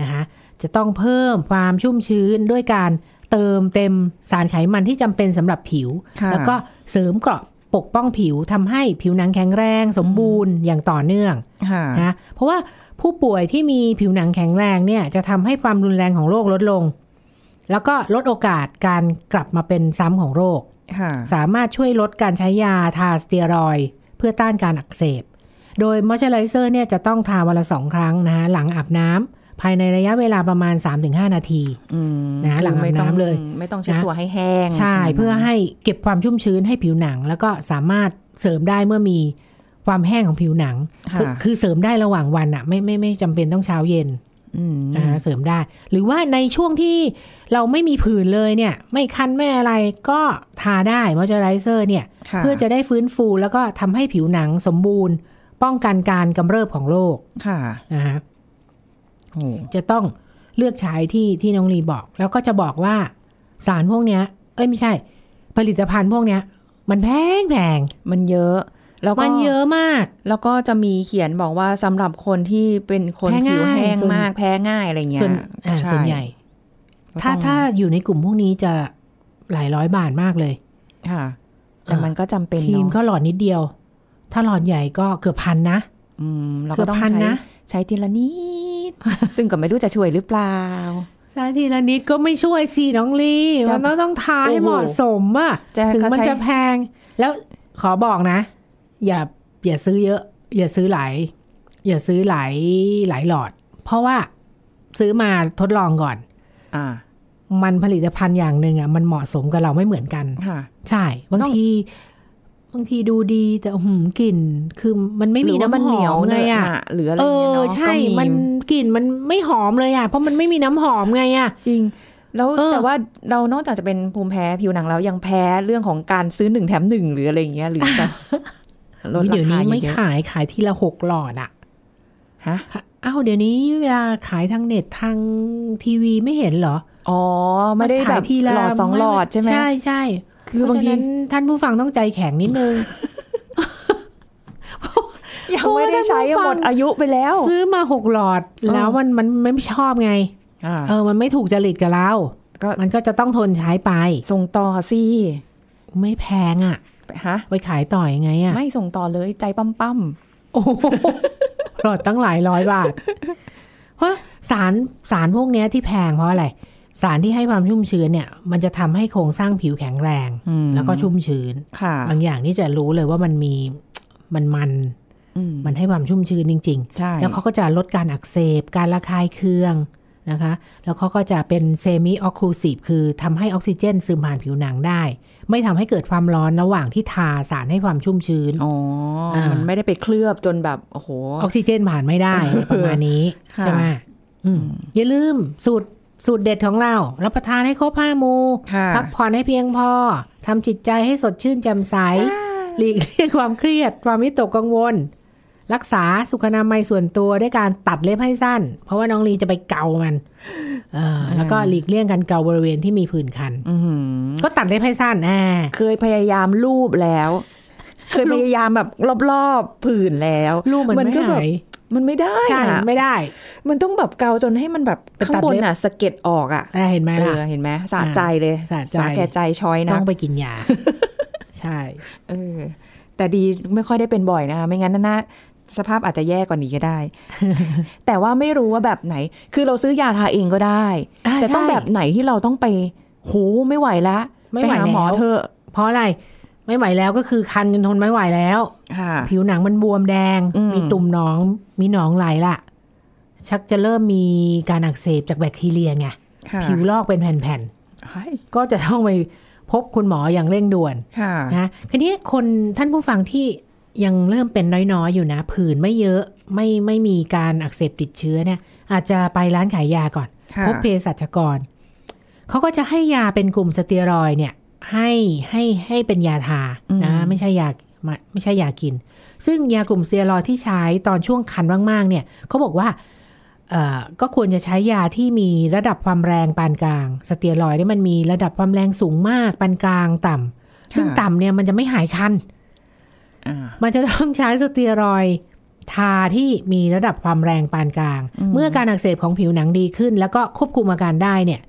[SPEAKER 2] นะคะจะต้องเพิ่มความชุ่มชื้นด้วยการเติมเต็มสารไขมันที่จำเป็นสำหรับผิว
[SPEAKER 4] ค่ะ
[SPEAKER 2] แล้วก็เสริมเกราะปกป้องผิวทำให้ผิวหนังแข็งแรงสมบูรณ์อย่างต่อเนื่อง
[SPEAKER 4] ค่ะ
[SPEAKER 2] นะเพราะว่าผู้ป่วยที่มีผิวหนังแข็งแรงเนี่ยจะทำให้ความรุนแรงของโรคลดลง แล้วก็ลดโอกาสการกลับมาเป็นซ้ำของโรค
[SPEAKER 4] ค่ะ
[SPEAKER 2] สามารถช่วยลดการใช้ยาทาสเตียรอยด์เพื่อต้านการอักเสบ โดยมอยเจอไรเซอร์เนี่ยจะต้องทาวันละสองครั้งนะฮะหลังอาบน้ำภายในระยะเวลาประมาณ 3-5 นาที
[SPEAKER 4] อืม
[SPEAKER 2] นะหลัง
[SPEAKER 4] คือไม่
[SPEAKER 2] อาบ
[SPEAKER 4] ต้อง
[SPEAKER 2] น้ำเลย
[SPEAKER 4] ไม่ต้องเช็ด
[SPEAKER 2] นะ
[SPEAKER 4] ตัวให้แห้ง
[SPEAKER 2] ใช่เพื่อให้เก็บความชุ่มชื้นให้ผิวหนัง แล้วก็สามารถเสริมได้เมื่อมีความแห้งของผิวหนัง คือ
[SPEAKER 4] ค่ะ
[SPEAKER 2] คือเสริมได้ระหว่างวันอะไม่ไม่ไม่จำเป็นต้องเช้าเย็น
[SPEAKER 4] อืม
[SPEAKER 2] นะคะเสริมได้ หรือว่าในช่วงที่เราไม่มีผื่นเลยเนี่ย ไม่คันไม่อะไรก็ทาได้มอยเจอไรเซอร์เนี่ย
[SPEAKER 4] ค่
[SPEAKER 2] เพื่อจะได้ฟื้นฟูแล้วก็ทำให้ผิวหนังสมบูรณ์ ป้องกันการกำเริบของโรค
[SPEAKER 4] ค่ะ
[SPEAKER 2] นะคะ
[SPEAKER 4] โอ้
[SPEAKER 2] จะต้องเลือกใช้ที่ที่น้องลีบอก แล้วก็จะบอกว่าสารพวกเนี้ย เอ้ยไม่ใช่ ผลิตภัณฑ์พวกเนี้ย มันแพงแพง
[SPEAKER 4] มันเยอะแล้วก็
[SPEAKER 2] มันเยอะมาก
[SPEAKER 4] แล้วก็จะมีเขียนบอกว่าสำหรับคนที่เป็นคน
[SPEAKER 2] แพ้ง่าย
[SPEAKER 4] ผิวแห้ง
[SPEAKER 2] ส่วน
[SPEAKER 4] มากแพ้ง่ายอะไรเงี้ย
[SPEAKER 2] ส่วนอ่า
[SPEAKER 4] ช่
[SPEAKER 2] ส่วนใหญ่
[SPEAKER 4] ก็
[SPEAKER 2] ถ้า
[SPEAKER 4] ต้อง
[SPEAKER 2] ถ้าอยู่ในกลุ่มพวกนี้จะหลายร้อยบาทมากเลย
[SPEAKER 4] ค่ะ แต่มันก็จำเป็น
[SPEAKER 2] ครีม
[SPEAKER 4] เนาะ
[SPEAKER 2] ก็หลอดนิดเดียว ถ้าหลอดใหญ่ก็เกือบพันนะ
[SPEAKER 4] อืมเราก็ต้อง
[SPEAKER 2] เกือบพัน
[SPEAKER 4] ใช้
[SPEAKER 2] นะ
[SPEAKER 4] ใช้ทีละนิด ซึ่งก็ไม่รู้จะช่วยหรือเปล่า
[SPEAKER 2] ใช่ทีละนิดก็ไม่ช่วยสิน้องลี
[SPEAKER 4] จะ
[SPEAKER 2] มันต้องต้องทาให้
[SPEAKER 4] โอ้โห
[SPEAKER 2] เหมาะสมอะ
[SPEAKER 4] จะ
[SPEAKER 2] ถึงมัน
[SPEAKER 4] ก็ใช้
[SPEAKER 2] จะแพง แล้วขอบอกนะ อย่าอย่าซื้อเยอะ อย่าซื้อหลายอย่าซื้อหลายหลายหลอด เพราะว่าซื้อมาทดลองก่อน
[SPEAKER 4] อ่า
[SPEAKER 2] มันผลิตภัณฑ์อย่างหนึ่งอะมันเหมาะสมกับเราไม่เหมือนกัน
[SPEAKER 4] ค่ะ
[SPEAKER 2] ใช่บาง
[SPEAKER 4] น้อง
[SPEAKER 2] ทีบางทีดูดีแต่อื้อหือกลิ่นคือมันไม่มี
[SPEAKER 4] รื
[SPEAKER 2] น้ำ
[SPEAKER 4] ว่ามั
[SPEAKER 2] ห
[SPEAKER 4] เหนี
[SPEAKER 2] อ
[SPEAKER 4] ยว
[SPEAKER 2] ม
[SPEAKER 4] เน
[SPEAKER 2] เลยอะ
[SPEAKER 4] อะหนะหรืออะไร
[SPEAKER 2] เอ
[SPEAKER 4] เงี้ย
[SPEAKER 2] อ
[SPEAKER 4] เนาะ
[SPEAKER 2] ใช่
[SPEAKER 4] ก็มี
[SPEAKER 2] มันกลิ่นมันไม่หอมเลยอ่ะ เพราะมันไม่มีน้ำหอมไงอ่ะ
[SPEAKER 4] จริง แล้ว
[SPEAKER 2] เออ
[SPEAKER 4] แต่ว่าเรานอกจากจะเป็นภูมิแพ้ผิวหนังแล้วยังแพ้เรื่องของการซื้อหนึ่งแถมหนึ่งหรืออะไรเงี้ยหรือ
[SPEAKER 2] <laughs>
[SPEAKER 4] จะลด
[SPEAKER 2] เดี๋
[SPEAKER 4] รา
[SPEAKER 2] ยว
[SPEAKER 4] คา
[SPEAKER 2] นี้ไม่
[SPEAKER 4] เยอะ
[SPEAKER 2] ขายขายทีละหกหลอดอ่ะ
[SPEAKER 4] ๆฮะ
[SPEAKER 2] ค่ะอ้าวเดี๋ยวนี้เวลาขายทางเน็ตทางทีวีไม่เห็นเหรอ
[SPEAKER 4] อ๋อไม่ได้
[SPEAKER 2] น
[SPEAKER 4] แบ
[SPEAKER 2] ขาย
[SPEAKER 4] บหลอดสองหลอดใช่ไหม
[SPEAKER 2] ใช่ใช่
[SPEAKER 4] คือบาง
[SPEAKER 2] เพระฉะ
[SPEAKER 4] ที
[SPEAKER 2] นั้นท่านผู้ฟังต้องใจแข็งนิดนึง
[SPEAKER 3] ยังไม่ได้ใช้
[SPEAKER 2] โอ้ยท่านผู้ฟัง
[SPEAKER 3] หมดอายุไปแล้ว
[SPEAKER 2] ซื้อมาหกหลอดแล้วมันมันมันไม่ชอบไง
[SPEAKER 4] อ่า
[SPEAKER 2] เออ มันไม่ถูกจริตกับเรา
[SPEAKER 4] ก็
[SPEAKER 2] มันก็จะต้องทนใช้ไป
[SPEAKER 4] ส่งต่อสิ
[SPEAKER 2] ไม่แพงอะ่ะ
[SPEAKER 4] ฮะ
[SPEAKER 2] ไปขายต่อยังไงอะ่ะ
[SPEAKER 4] ไม่ส่งต่อเลยใจปั๊มปั๊ม
[SPEAKER 2] โอ้โหหลอดตั้งหลายร้อยบาท เพราะสารสารพวกเนี้ยที่แพงเพราะอะไร สารที่ให้ความชุ่มชื้นเนี่ย มันจะทำให้โครงสร้างผิวแข็งแรง
[SPEAKER 4] อืม
[SPEAKER 2] แล้วก็ชุ่มชื้น
[SPEAKER 4] ค่ะ
[SPEAKER 2] บางอย่างนี่จะรู้เลยว่ามันมีมันมัน
[SPEAKER 4] อืม
[SPEAKER 2] มันให้ความชุ่มชื้นจริง ๆ
[SPEAKER 4] ใช่
[SPEAKER 2] แล้วเขาก็จะลดการอักเสบ การระคายเคืองนะคะ แล้วเขาก็จะเป็นเซมิออคลูซีฟคือทำให้ออกซิเจนซึมผ่านผิวหนังได้ ไม่ทำให้เกิดความร้อนระหว่างที่ทาสารให้ความชุ่มชื้น
[SPEAKER 4] อ๋ออา
[SPEAKER 2] มั
[SPEAKER 4] มันไม่ได้ไปเคลือบจนแบบโอ้โห
[SPEAKER 2] ออกซิเจนผ่านไม่
[SPEAKER 4] <laughs>
[SPEAKER 2] ได้อะไรประมาณนี้
[SPEAKER 4] ค่ะ
[SPEAKER 2] ใช่ไหมอืมอย่าลืมสูตรสูตรเด็ดของเรา รับประทานให้ครบห้าหมู
[SPEAKER 4] ค่ะ
[SPEAKER 2] พักผ่อนให้เพียงพอ ทำจิตใจให้สดชื่นแจ่มใส หลีกเลี่ยงความเครียด ความวิตกกังวล รักษาสุขอนามัยส่วนตัวด้วยการตัดเล็บให้สั้น เพราะว่าน้องลีจะไปเกามัน เออ แล้วก็หลีกเลี่ยงการเกาบริเวณที่มีผื่นคัน
[SPEAKER 4] อื้อหือ
[SPEAKER 2] ก็ตัดเล็บให้สั้นแน่
[SPEAKER 4] เคยพยายามลูบแล้ว เคยพยายามแบบรอบๆผื่นแล้ว
[SPEAKER 2] ลูกมันไม่
[SPEAKER 4] ก็แบบ
[SPEAKER 2] หาย
[SPEAKER 4] มันไม่ได้
[SPEAKER 2] ใช่
[SPEAKER 4] อะ
[SPEAKER 2] ไม่ได้
[SPEAKER 4] มันต้องแบบเกาจนให้มันแบบ
[SPEAKER 2] ไปตัด
[SPEAKER 4] ข้างบน
[SPEAKER 2] เล็บ
[SPEAKER 4] อ่ะสะเก็ดออกอ่ะ
[SPEAKER 2] แต่เห็นไหม
[SPEAKER 4] เอ
[SPEAKER 2] ล่ะ
[SPEAKER 4] อเห็นไหมสะใจเลย
[SPEAKER 2] สะใจ
[SPEAKER 4] แก่ใจช้อย
[SPEAKER 2] ต้
[SPEAKER 4] นะ
[SPEAKER 2] องไปกินยา <laughs> ใช่
[SPEAKER 4] เออ แต่ดีไม่ค่อยได้เป็นบ่อยนะคะไม่งั้นน่าสภาพอาจจะแย่กว่านี้ก็
[SPEAKER 2] <laughs>
[SPEAKER 4] ได้ แต่ว่าไม่รู้ว่าแบบไหน คือเราซื้อยาทาเองก็ได้
[SPEAKER 2] อ่า
[SPEAKER 4] แต่ต้อง
[SPEAKER 2] ใช่
[SPEAKER 4] แบบไหนที่เราต้องไปโหไม่ไหวละ
[SPEAKER 2] ไม่ไหว
[SPEAKER 4] ปาหมอ
[SPEAKER 2] แล้ว
[SPEAKER 4] เถอะ
[SPEAKER 2] เพราะอะไรไม่ไหวแล้วก็คือคันจนทนไม่ไหวแล้ว
[SPEAKER 4] ค่ะ
[SPEAKER 2] ผิวหนังมันบวมแดง
[SPEAKER 4] อืม
[SPEAKER 2] มีตุ่มหนอง มีหนองไหลละชักจะเริ่มมีการอักเสบจากแบคทีเรียไง
[SPEAKER 4] ค่ะ
[SPEAKER 2] ผิวลอกเป็นแผ่น
[SPEAKER 4] เฮ้ย
[SPEAKER 2] ๆ ก็จะต้องไปพบคุณหมออย่างเร่งด่วน
[SPEAKER 4] ค่ะ
[SPEAKER 2] นะคันนี้คนท่านผู้ฟังที่ยังเริ่มเป็นน้อยๆ อยู่นะ ผื่นไม่เยอะไม่ไม่มีการอักเสบติดเชื้อเนี่ย อาจจะไปร้านขายยาก่อน
[SPEAKER 4] ค่ะ
[SPEAKER 2] พบเภสัชกร เขาก็จะให้ยาเป็นกลุ่มสเตียรอยด์เนี่ย ให้ให้ให้เป็นยาทานะ
[SPEAKER 4] อืม
[SPEAKER 2] ไม่ใช่ยาไม่ไม่ใช่ยากิน ซึ่งยากลุ่มสเตียรอยด์ที่ใช้ตอนช่วงคันมากๆเนี่ยเขาบอกว่าเอ่อก็ควรจะใช้ยาที่มีระดับความแรงปานกลาง สเตียรอยด์เนี่ยมันมีระดับความแรงสูงมากปานกลางต่ำซึ่งต่ำเนี่ยมันจะไม่หายคัน
[SPEAKER 4] อ่า
[SPEAKER 2] มันจะต้องใช้สเตียรอยด์ทาที่มีระดับความแรงปานกลาง เมื่อการอักเสบของผิวหนังดีขึ้น แล้วก็ควบคุมอาการได้เนี่ย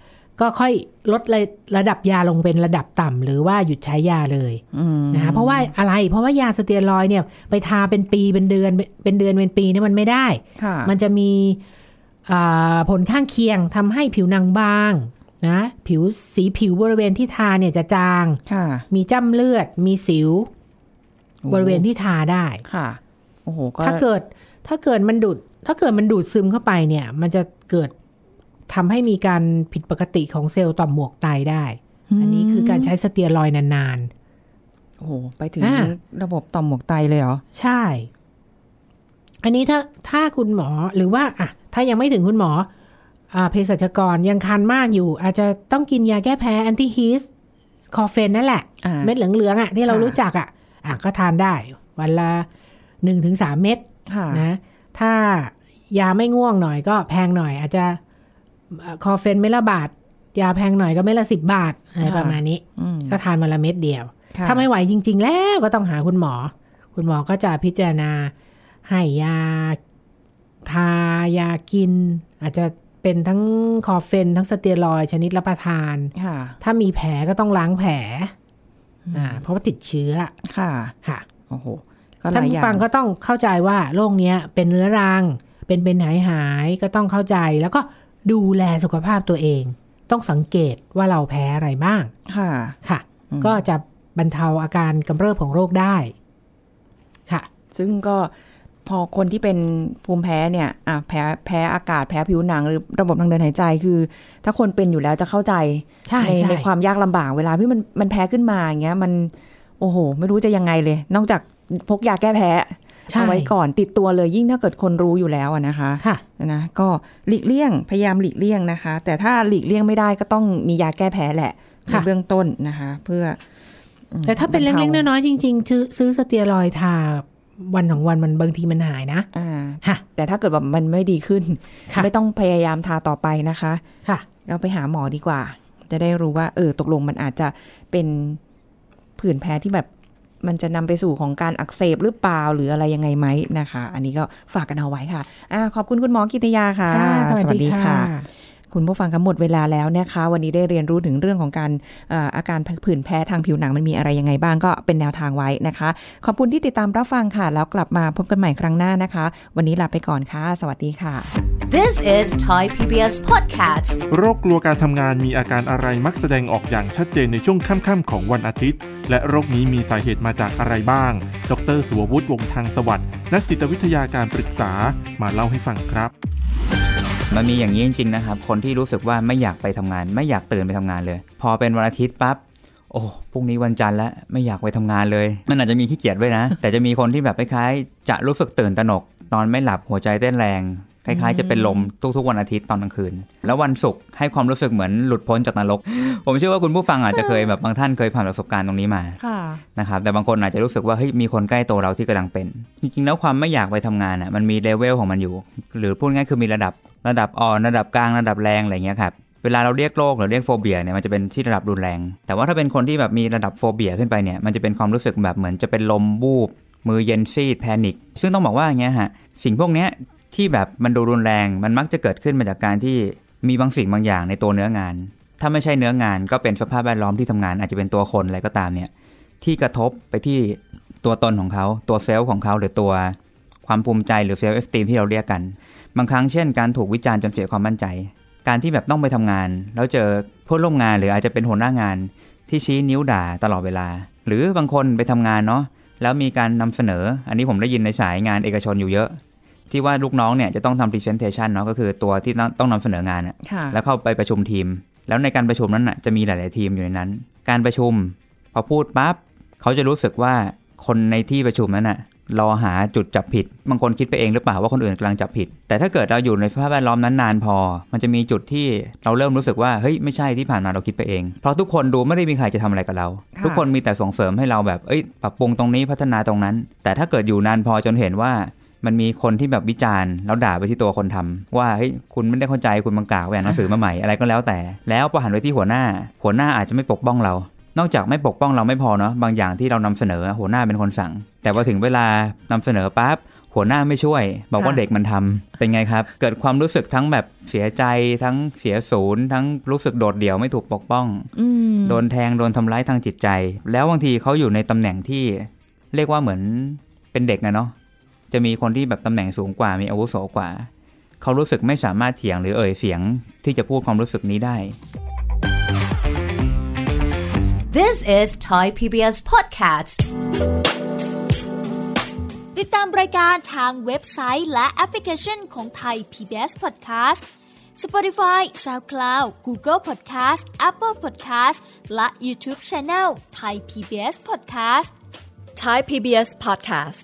[SPEAKER 2] ก็ค่อยลดระระดับยาลงเป็นระดับต่ำหรือว่าหยุดใช้ยาเลย
[SPEAKER 4] อืม
[SPEAKER 2] นะคะเพราะว่าอะไรเพราะว่ายาสเตียรอยด์เนี่ยไปทาเป็นปีเป็นเดือนเป็นเดือนเป็นปีเนี่ยมันไม่ได้
[SPEAKER 4] ค่ะ
[SPEAKER 2] มันจะมีอ่าผลข้างเคียงทำให้ผิวหนังบางนะผิวสีผิวบริเวณที่ทาเนี่ยจะจาง
[SPEAKER 4] ค่ะ
[SPEAKER 2] มีจ้ำเลือดมีสิวบริเวณที่ทาได้
[SPEAKER 4] ค่ะ โอ้โห ก็
[SPEAKER 2] ถ้าเกิดถ้าเกิดมันดูดถ้าเกิดมันดูดซึมเข้าไปเนี่ย มันจะเกิดทำให้มีการผิดปกติของเซลล์ต่อมหมวกไตได้ อันนี้คือการใช้สเตียรอยด์นาน
[SPEAKER 4] โอ้โห ไปถึง
[SPEAKER 2] อ่า
[SPEAKER 4] ระบบต่อมหมวกไตเลยเหรอ
[SPEAKER 2] ๆ ใช่ อันนี้ถ้าถ้าคุณหมอหรือว่าอ่ะถ้ายังไม่ถึงคุณหมออ่าเภสัชกรยังคันมากอยู่ อาจจะต้องกินยาแก้แพ้แอนติฮิสคอเฟนนั่นแหละ
[SPEAKER 4] อ่า
[SPEAKER 2] เม็ดเหลืองๆอ่ะที่เรา
[SPEAKER 4] ค่ะ
[SPEAKER 2] รู้จักอ่ะอ่ะก็ทานได้ วันละหนึ่งถึงสามเม็ด
[SPEAKER 4] ค่ะ
[SPEAKER 2] นะถ้ายาไม่ง่วงหน่อยก็แพงหน่อย อาจจะคอเฟนเมดละบาท ยาแพงหน่อยก็เม็ดละสิบบาทอะไร
[SPEAKER 4] ค่ะ
[SPEAKER 2] ประมาณนี้
[SPEAKER 4] อืม
[SPEAKER 2] ก็ทานวันละเม็ดเดียว
[SPEAKER 4] ค่ะ
[SPEAKER 2] ถ้าไม่ไหวจริง ๆ แล้วก็ต้องหาคุณหมอ คุณหมอก็จะพิจารณาให้ยาทายากิน อาจจะเป็นทั้งคอเฟน ทั้งสเตียรอยด์ชนิดรับประทาน
[SPEAKER 4] ค่ะ
[SPEAKER 2] ถ้ามีแผลก็ต้องล้างแผลอ่าเพราะว่าติดเชื้อ
[SPEAKER 4] ค่ะ
[SPEAKER 2] ค่ะ
[SPEAKER 4] โอ้โห ก็ห
[SPEAKER 2] ท่าน
[SPEAKER 4] ลายอ
[SPEAKER 2] ผู้
[SPEAKER 4] ย่าง
[SPEAKER 2] ฟังก็ต้องเข้าใจว่าโรคเนี้ยเป็นเรื้อรัง เป็นเป็นหายหายก็ต้องเข้าใจ แล้วก็ดูแลสุขภาพตัวเอง ต้องสังเกตว่าเราแพ้อะไรบ้าง
[SPEAKER 4] ค่ะ
[SPEAKER 2] ค่ะ
[SPEAKER 4] อืม
[SPEAKER 2] ก็จะบรรเทาอาการกำเริบของโรคได้ ค่ะ
[SPEAKER 4] ซึ่งก็พอคนที่เป็นภูมิแพ้เนี่ย อ่ะแพ้แพ้อากาศ แพ้ผิวหนังหรือระบบทางเดินหายใจ คือ ถ้าคนเป็นอยู่แล้วจะเข้าใจ
[SPEAKER 2] ใช่
[SPEAKER 4] ใน
[SPEAKER 2] ใช่
[SPEAKER 4] ในความยากลำบากเวลาที่มันมันแพ้ขึ้นมาอย่างเงี้ยมันโอ้โห ไม่รู้จะยังไงเลย นอกจากพกยาแก้แพ้
[SPEAKER 2] ใช่
[SPEAKER 4] เอาไว้ก่อนติดตัวเลยยิ่งถ้าเกิดคนรู้อยู่แล้วอะนะคะ
[SPEAKER 2] ค่ะ
[SPEAKER 4] นะก็หลีกเลี่ยงพยายามหลีกเลี่ยงนะคะ แต่ถ้าหลีกเลี่ยงไม่ได้ก็ต้องมียาแก้แพ้แหละใน
[SPEAKER 2] ค่ะ
[SPEAKER 4] เบื้องต้นนะคะ เพื่ออืม
[SPEAKER 2] แต่ถ้าเป็นเล็กๆน้อยๆจริงๆซื้อซื้อสเตียรอยด์ทาวันสองวันมันบางทีมันหายนะ
[SPEAKER 4] อ่า
[SPEAKER 2] ค่ะ
[SPEAKER 4] แต่ถ้าเกิดแบบมันไม่ดีขึ้น
[SPEAKER 2] ค่ะ
[SPEAKER 4] ไม่ต้องพยายามทาต่อไปนะคะ
[SPEAKER 2] ค่ะ
[SPEAKER 4] เราไปหาหมอดีกว่า จะได้รู้ว่า เออตกลงมันอาจจะเป็นผื่นแพ้ที่แบบ มันจะนำไปสู่ของการอักเสบหรือเปล่าหรืออะไรยังไงไหมนะคะ อันนี้ก็ฝากกันเอาไว้ค่ะอะขอบคุณคุณหมอกิติยาค่ะ
[SPEAKER 2] ค่ะสวัสดีค่ะ
[SPEAKER 4] คุณผู้ฟังคะหมดเวลาแล้วนะคะ วันนี้ได้เรียนรู้ถึงเรื่องของการเอ่ออาการผื่นแพ้ทางผิวหนังมันมีอะไรยังไงบ้างก็เป็นแนวทางไว้นะคะ ขอบคุณที่ติดตามรับฟังค่ะ แล้วกลับมาพบกันใหม่ครั้งหน้านะคะ วันนี้ลาไปก่อนค่ะ สวัสดีค่ะ
[SPEAKER 1] This is Thai PBS Podcast.
[SPEAKER 5] โรคกลัวการทำงานมีอาการอะไรมักแสดงออกอย่างชัดเจนในช่วงค่ำๆของวันอาทิตย์ และโรคนี้มีสาเหตุมาจากอะไรบ้าง ดรสุวัตวงศ์ทางสวัสด์นักจิตวิทยาการปรึกษามาเล่าให้ฟังครับ
[SPEAKER 6] มันมีอย่างนี้จริงๆนะครับ คนที่รู้สึกว่าไม่อยากไปทำงาน ไม่อยากตื่นไปทำงานเลย พอเป็นวันอาทิตย์ปั๊บ โอ้พรุ่งนี้วันจันทร์แล้วไม่อยากไปทำงานเลย มันอาจจะมีขี้เกียจด้วย <laughs> นะ แต่จะมีคนที่แบบคล้ายๆจะรู้สึกตื่นตระหนก นอนไม่หลับหัวใจเต้นแรง คล้ายๆ จะเป็นลมทุกๆวันอาทิตย์ตอนกลางคืน แล้ววันศุกร์ให้ความรู้สึกเหมือนหลุดพ้นจากนรก ผมเชื่อว่าคุณผู้ฟังอาจจะเคยแบบบางท่านเคยผ่านประสบการณ์ตรงนี้มา
[SPEAKER 4] ค่ะ
[SPEAKER 6] นะครับแต่บางคนอาจจะรู้สึกว่าเฮ้ยมีคนใกล้ตัวเราที่กำลังเป็น จริงๆ แล้วความไม่อยากไปทำงานอ่ะมันมีเลเวลของมันอยู่ หรือพูดง่ายคือมีระดับระดับอ่อนระดับกลางระดับแรงอะไรอย่างเงี้ยครับเวลาเราเรียกโรคหรือเรียกโฟเบียเนี่ยมันจะเป็นที่ระดับรุนแรง แต่ว่าถ้าเป็นคนที่แบบมีระดับโฟเบียขึ้นไปเนี่ยมันจะเป็นความรู้สึกแบบเหมือนจะเป็นลมบูบ มือเย็นซีดแพนิคซึ่งต้องบอกว่าอย่างเงี้ยฮะสิ่งพวกเนี้ยที่แบบมันดูรุนแรงมันมักจะเกิดขึ้นมาจากการที่มีบางสิ่งบางอย่างในตัวเนื้องาน ถ้าไม่ใช่เนื้องานก็เป็นสภาพแวดล้อมที่ทำงานอาจจะเป็นตัวคนอะไรก็ตามเนี่ย ที่กระทบไปที่ตัวตนของเขา ตัวเซลล์ของเขาหรือตัวความภูมิใจหรือเซลล์เอสตีมที่เราเรียกกัน บางครั้งเช่นการถูกวิจารณ์จนเสียความมั่นใจ การที่แบบต้องไปทำงาน แล้วเจอเพื่อนร่วมงานหรืออาจจะเป็นหัวหน้างาน ที่ชี้นิ้วด่าตลอดเวลา หรือบางคนไปทำงานเนาะแล้วมีการนำเสนอ อันนี้ผมได้ยินในสายงานเอกชนอยู่เยอะ ที่ว่าลูกน้องเนี่ยจะต้องทำ presentation เนาะก็คือตัวที่ต้องต้องนำเสนองานอะ
[SPEAKER 4] ค่ะ
[SPEAKER 6] แล้วเข้าไปประชุมทีม แล้วในการประชุมนั้นน่ะจะมีหลาย ๆ ทีมอยู่ในนั้น การประชุม พอพูดปั๊บเขาจะรู้สึกว่าคนในที่ประชุมนั้นน่ะรอหาจุดจับผิด บางคนคิดไปเองหรือเปล่าว่าคนอื่นกำลังจับผิด แต่ถ้าเกิดเราอยู่ในสภาพแวดล้อมนั้นนานพอ มันจะมีจุดที่เราเริ่มรู้สึกว่าเฮ้ยไม่ใช่ที่ผ่านมาเราคิดไปเอง เพราะทุกคนดูไม่ได้มีใครจะทำอะไรกับเรา
[SPEAKER 4] ค่ะ
[SPEAKER 6] ทุกคนมีแต่ส่งเสริมให้เราแบบเอ้ยปรับปรุงตรงนี้พัฒนาตรงนั้น แต่ถ้าเกิดอยู่นานพอจนเห็นว่า มันมีคนที่แบบวิจารณ์แล้วด่าไปที่ตัวคนทำว่าเฮ้ยคุณไม่ได้เข้าใจคุณบังกล่าวไปอ่านหนังสือมาใหม่อะไรก็แล้วแต่ แล้วพอหันไปที่หัวหน้า หัวหน้าอาจจะไม่ปกป้องเรา นอกจากไม่ปกป้องเราไม่พอเนาะบางอย่างที่เรานำเสนอหัวหน้าเป็นคนสั่ง แต่พอถึงเวลานำเสนอปั๊บหัวหน้าไม่ช่วย บอกว่า
[SPEAKER 4] ค่ะ
[SPEAKER 6] เด็กมันทำเป็นไงครับ เกิดความรู้สึกทั้งแบบเสียใจทั้งเสียศูนย์ทั้งรู้สึกโดดเดี่ยวไม่ถูกปกป้อง
[SPEAKER 4] อืม
[SPEAKER 6] โดนแทงโดนทำร้ายทางจิตใจ แล้วบางทีเขาอยู่ในตำแหน่งที่เรียกว่าเหมือนเป็นเด็กนะเนาะจะมีคนที่แบบตำแหน่งสูงกว่ามีอาวุโสกว่า เขารู้สึกไม่สามารถเถียงหรือเอ่ยเสียงที่จะพูดความรู้สึกนี้ได้
[SPEAKER 1] This is Thai PBS Podcast.
[SPEAKER 7] ติดตามรายการทางเว็บไซต์และแอปพลิเคชันของไทย PBS Podcast Spotify SoundCloud Google Podcast Apple Podcast และ YouTube Channel Thai PBS Podcast
[SPEAKER 8] Thai PBS Podcast.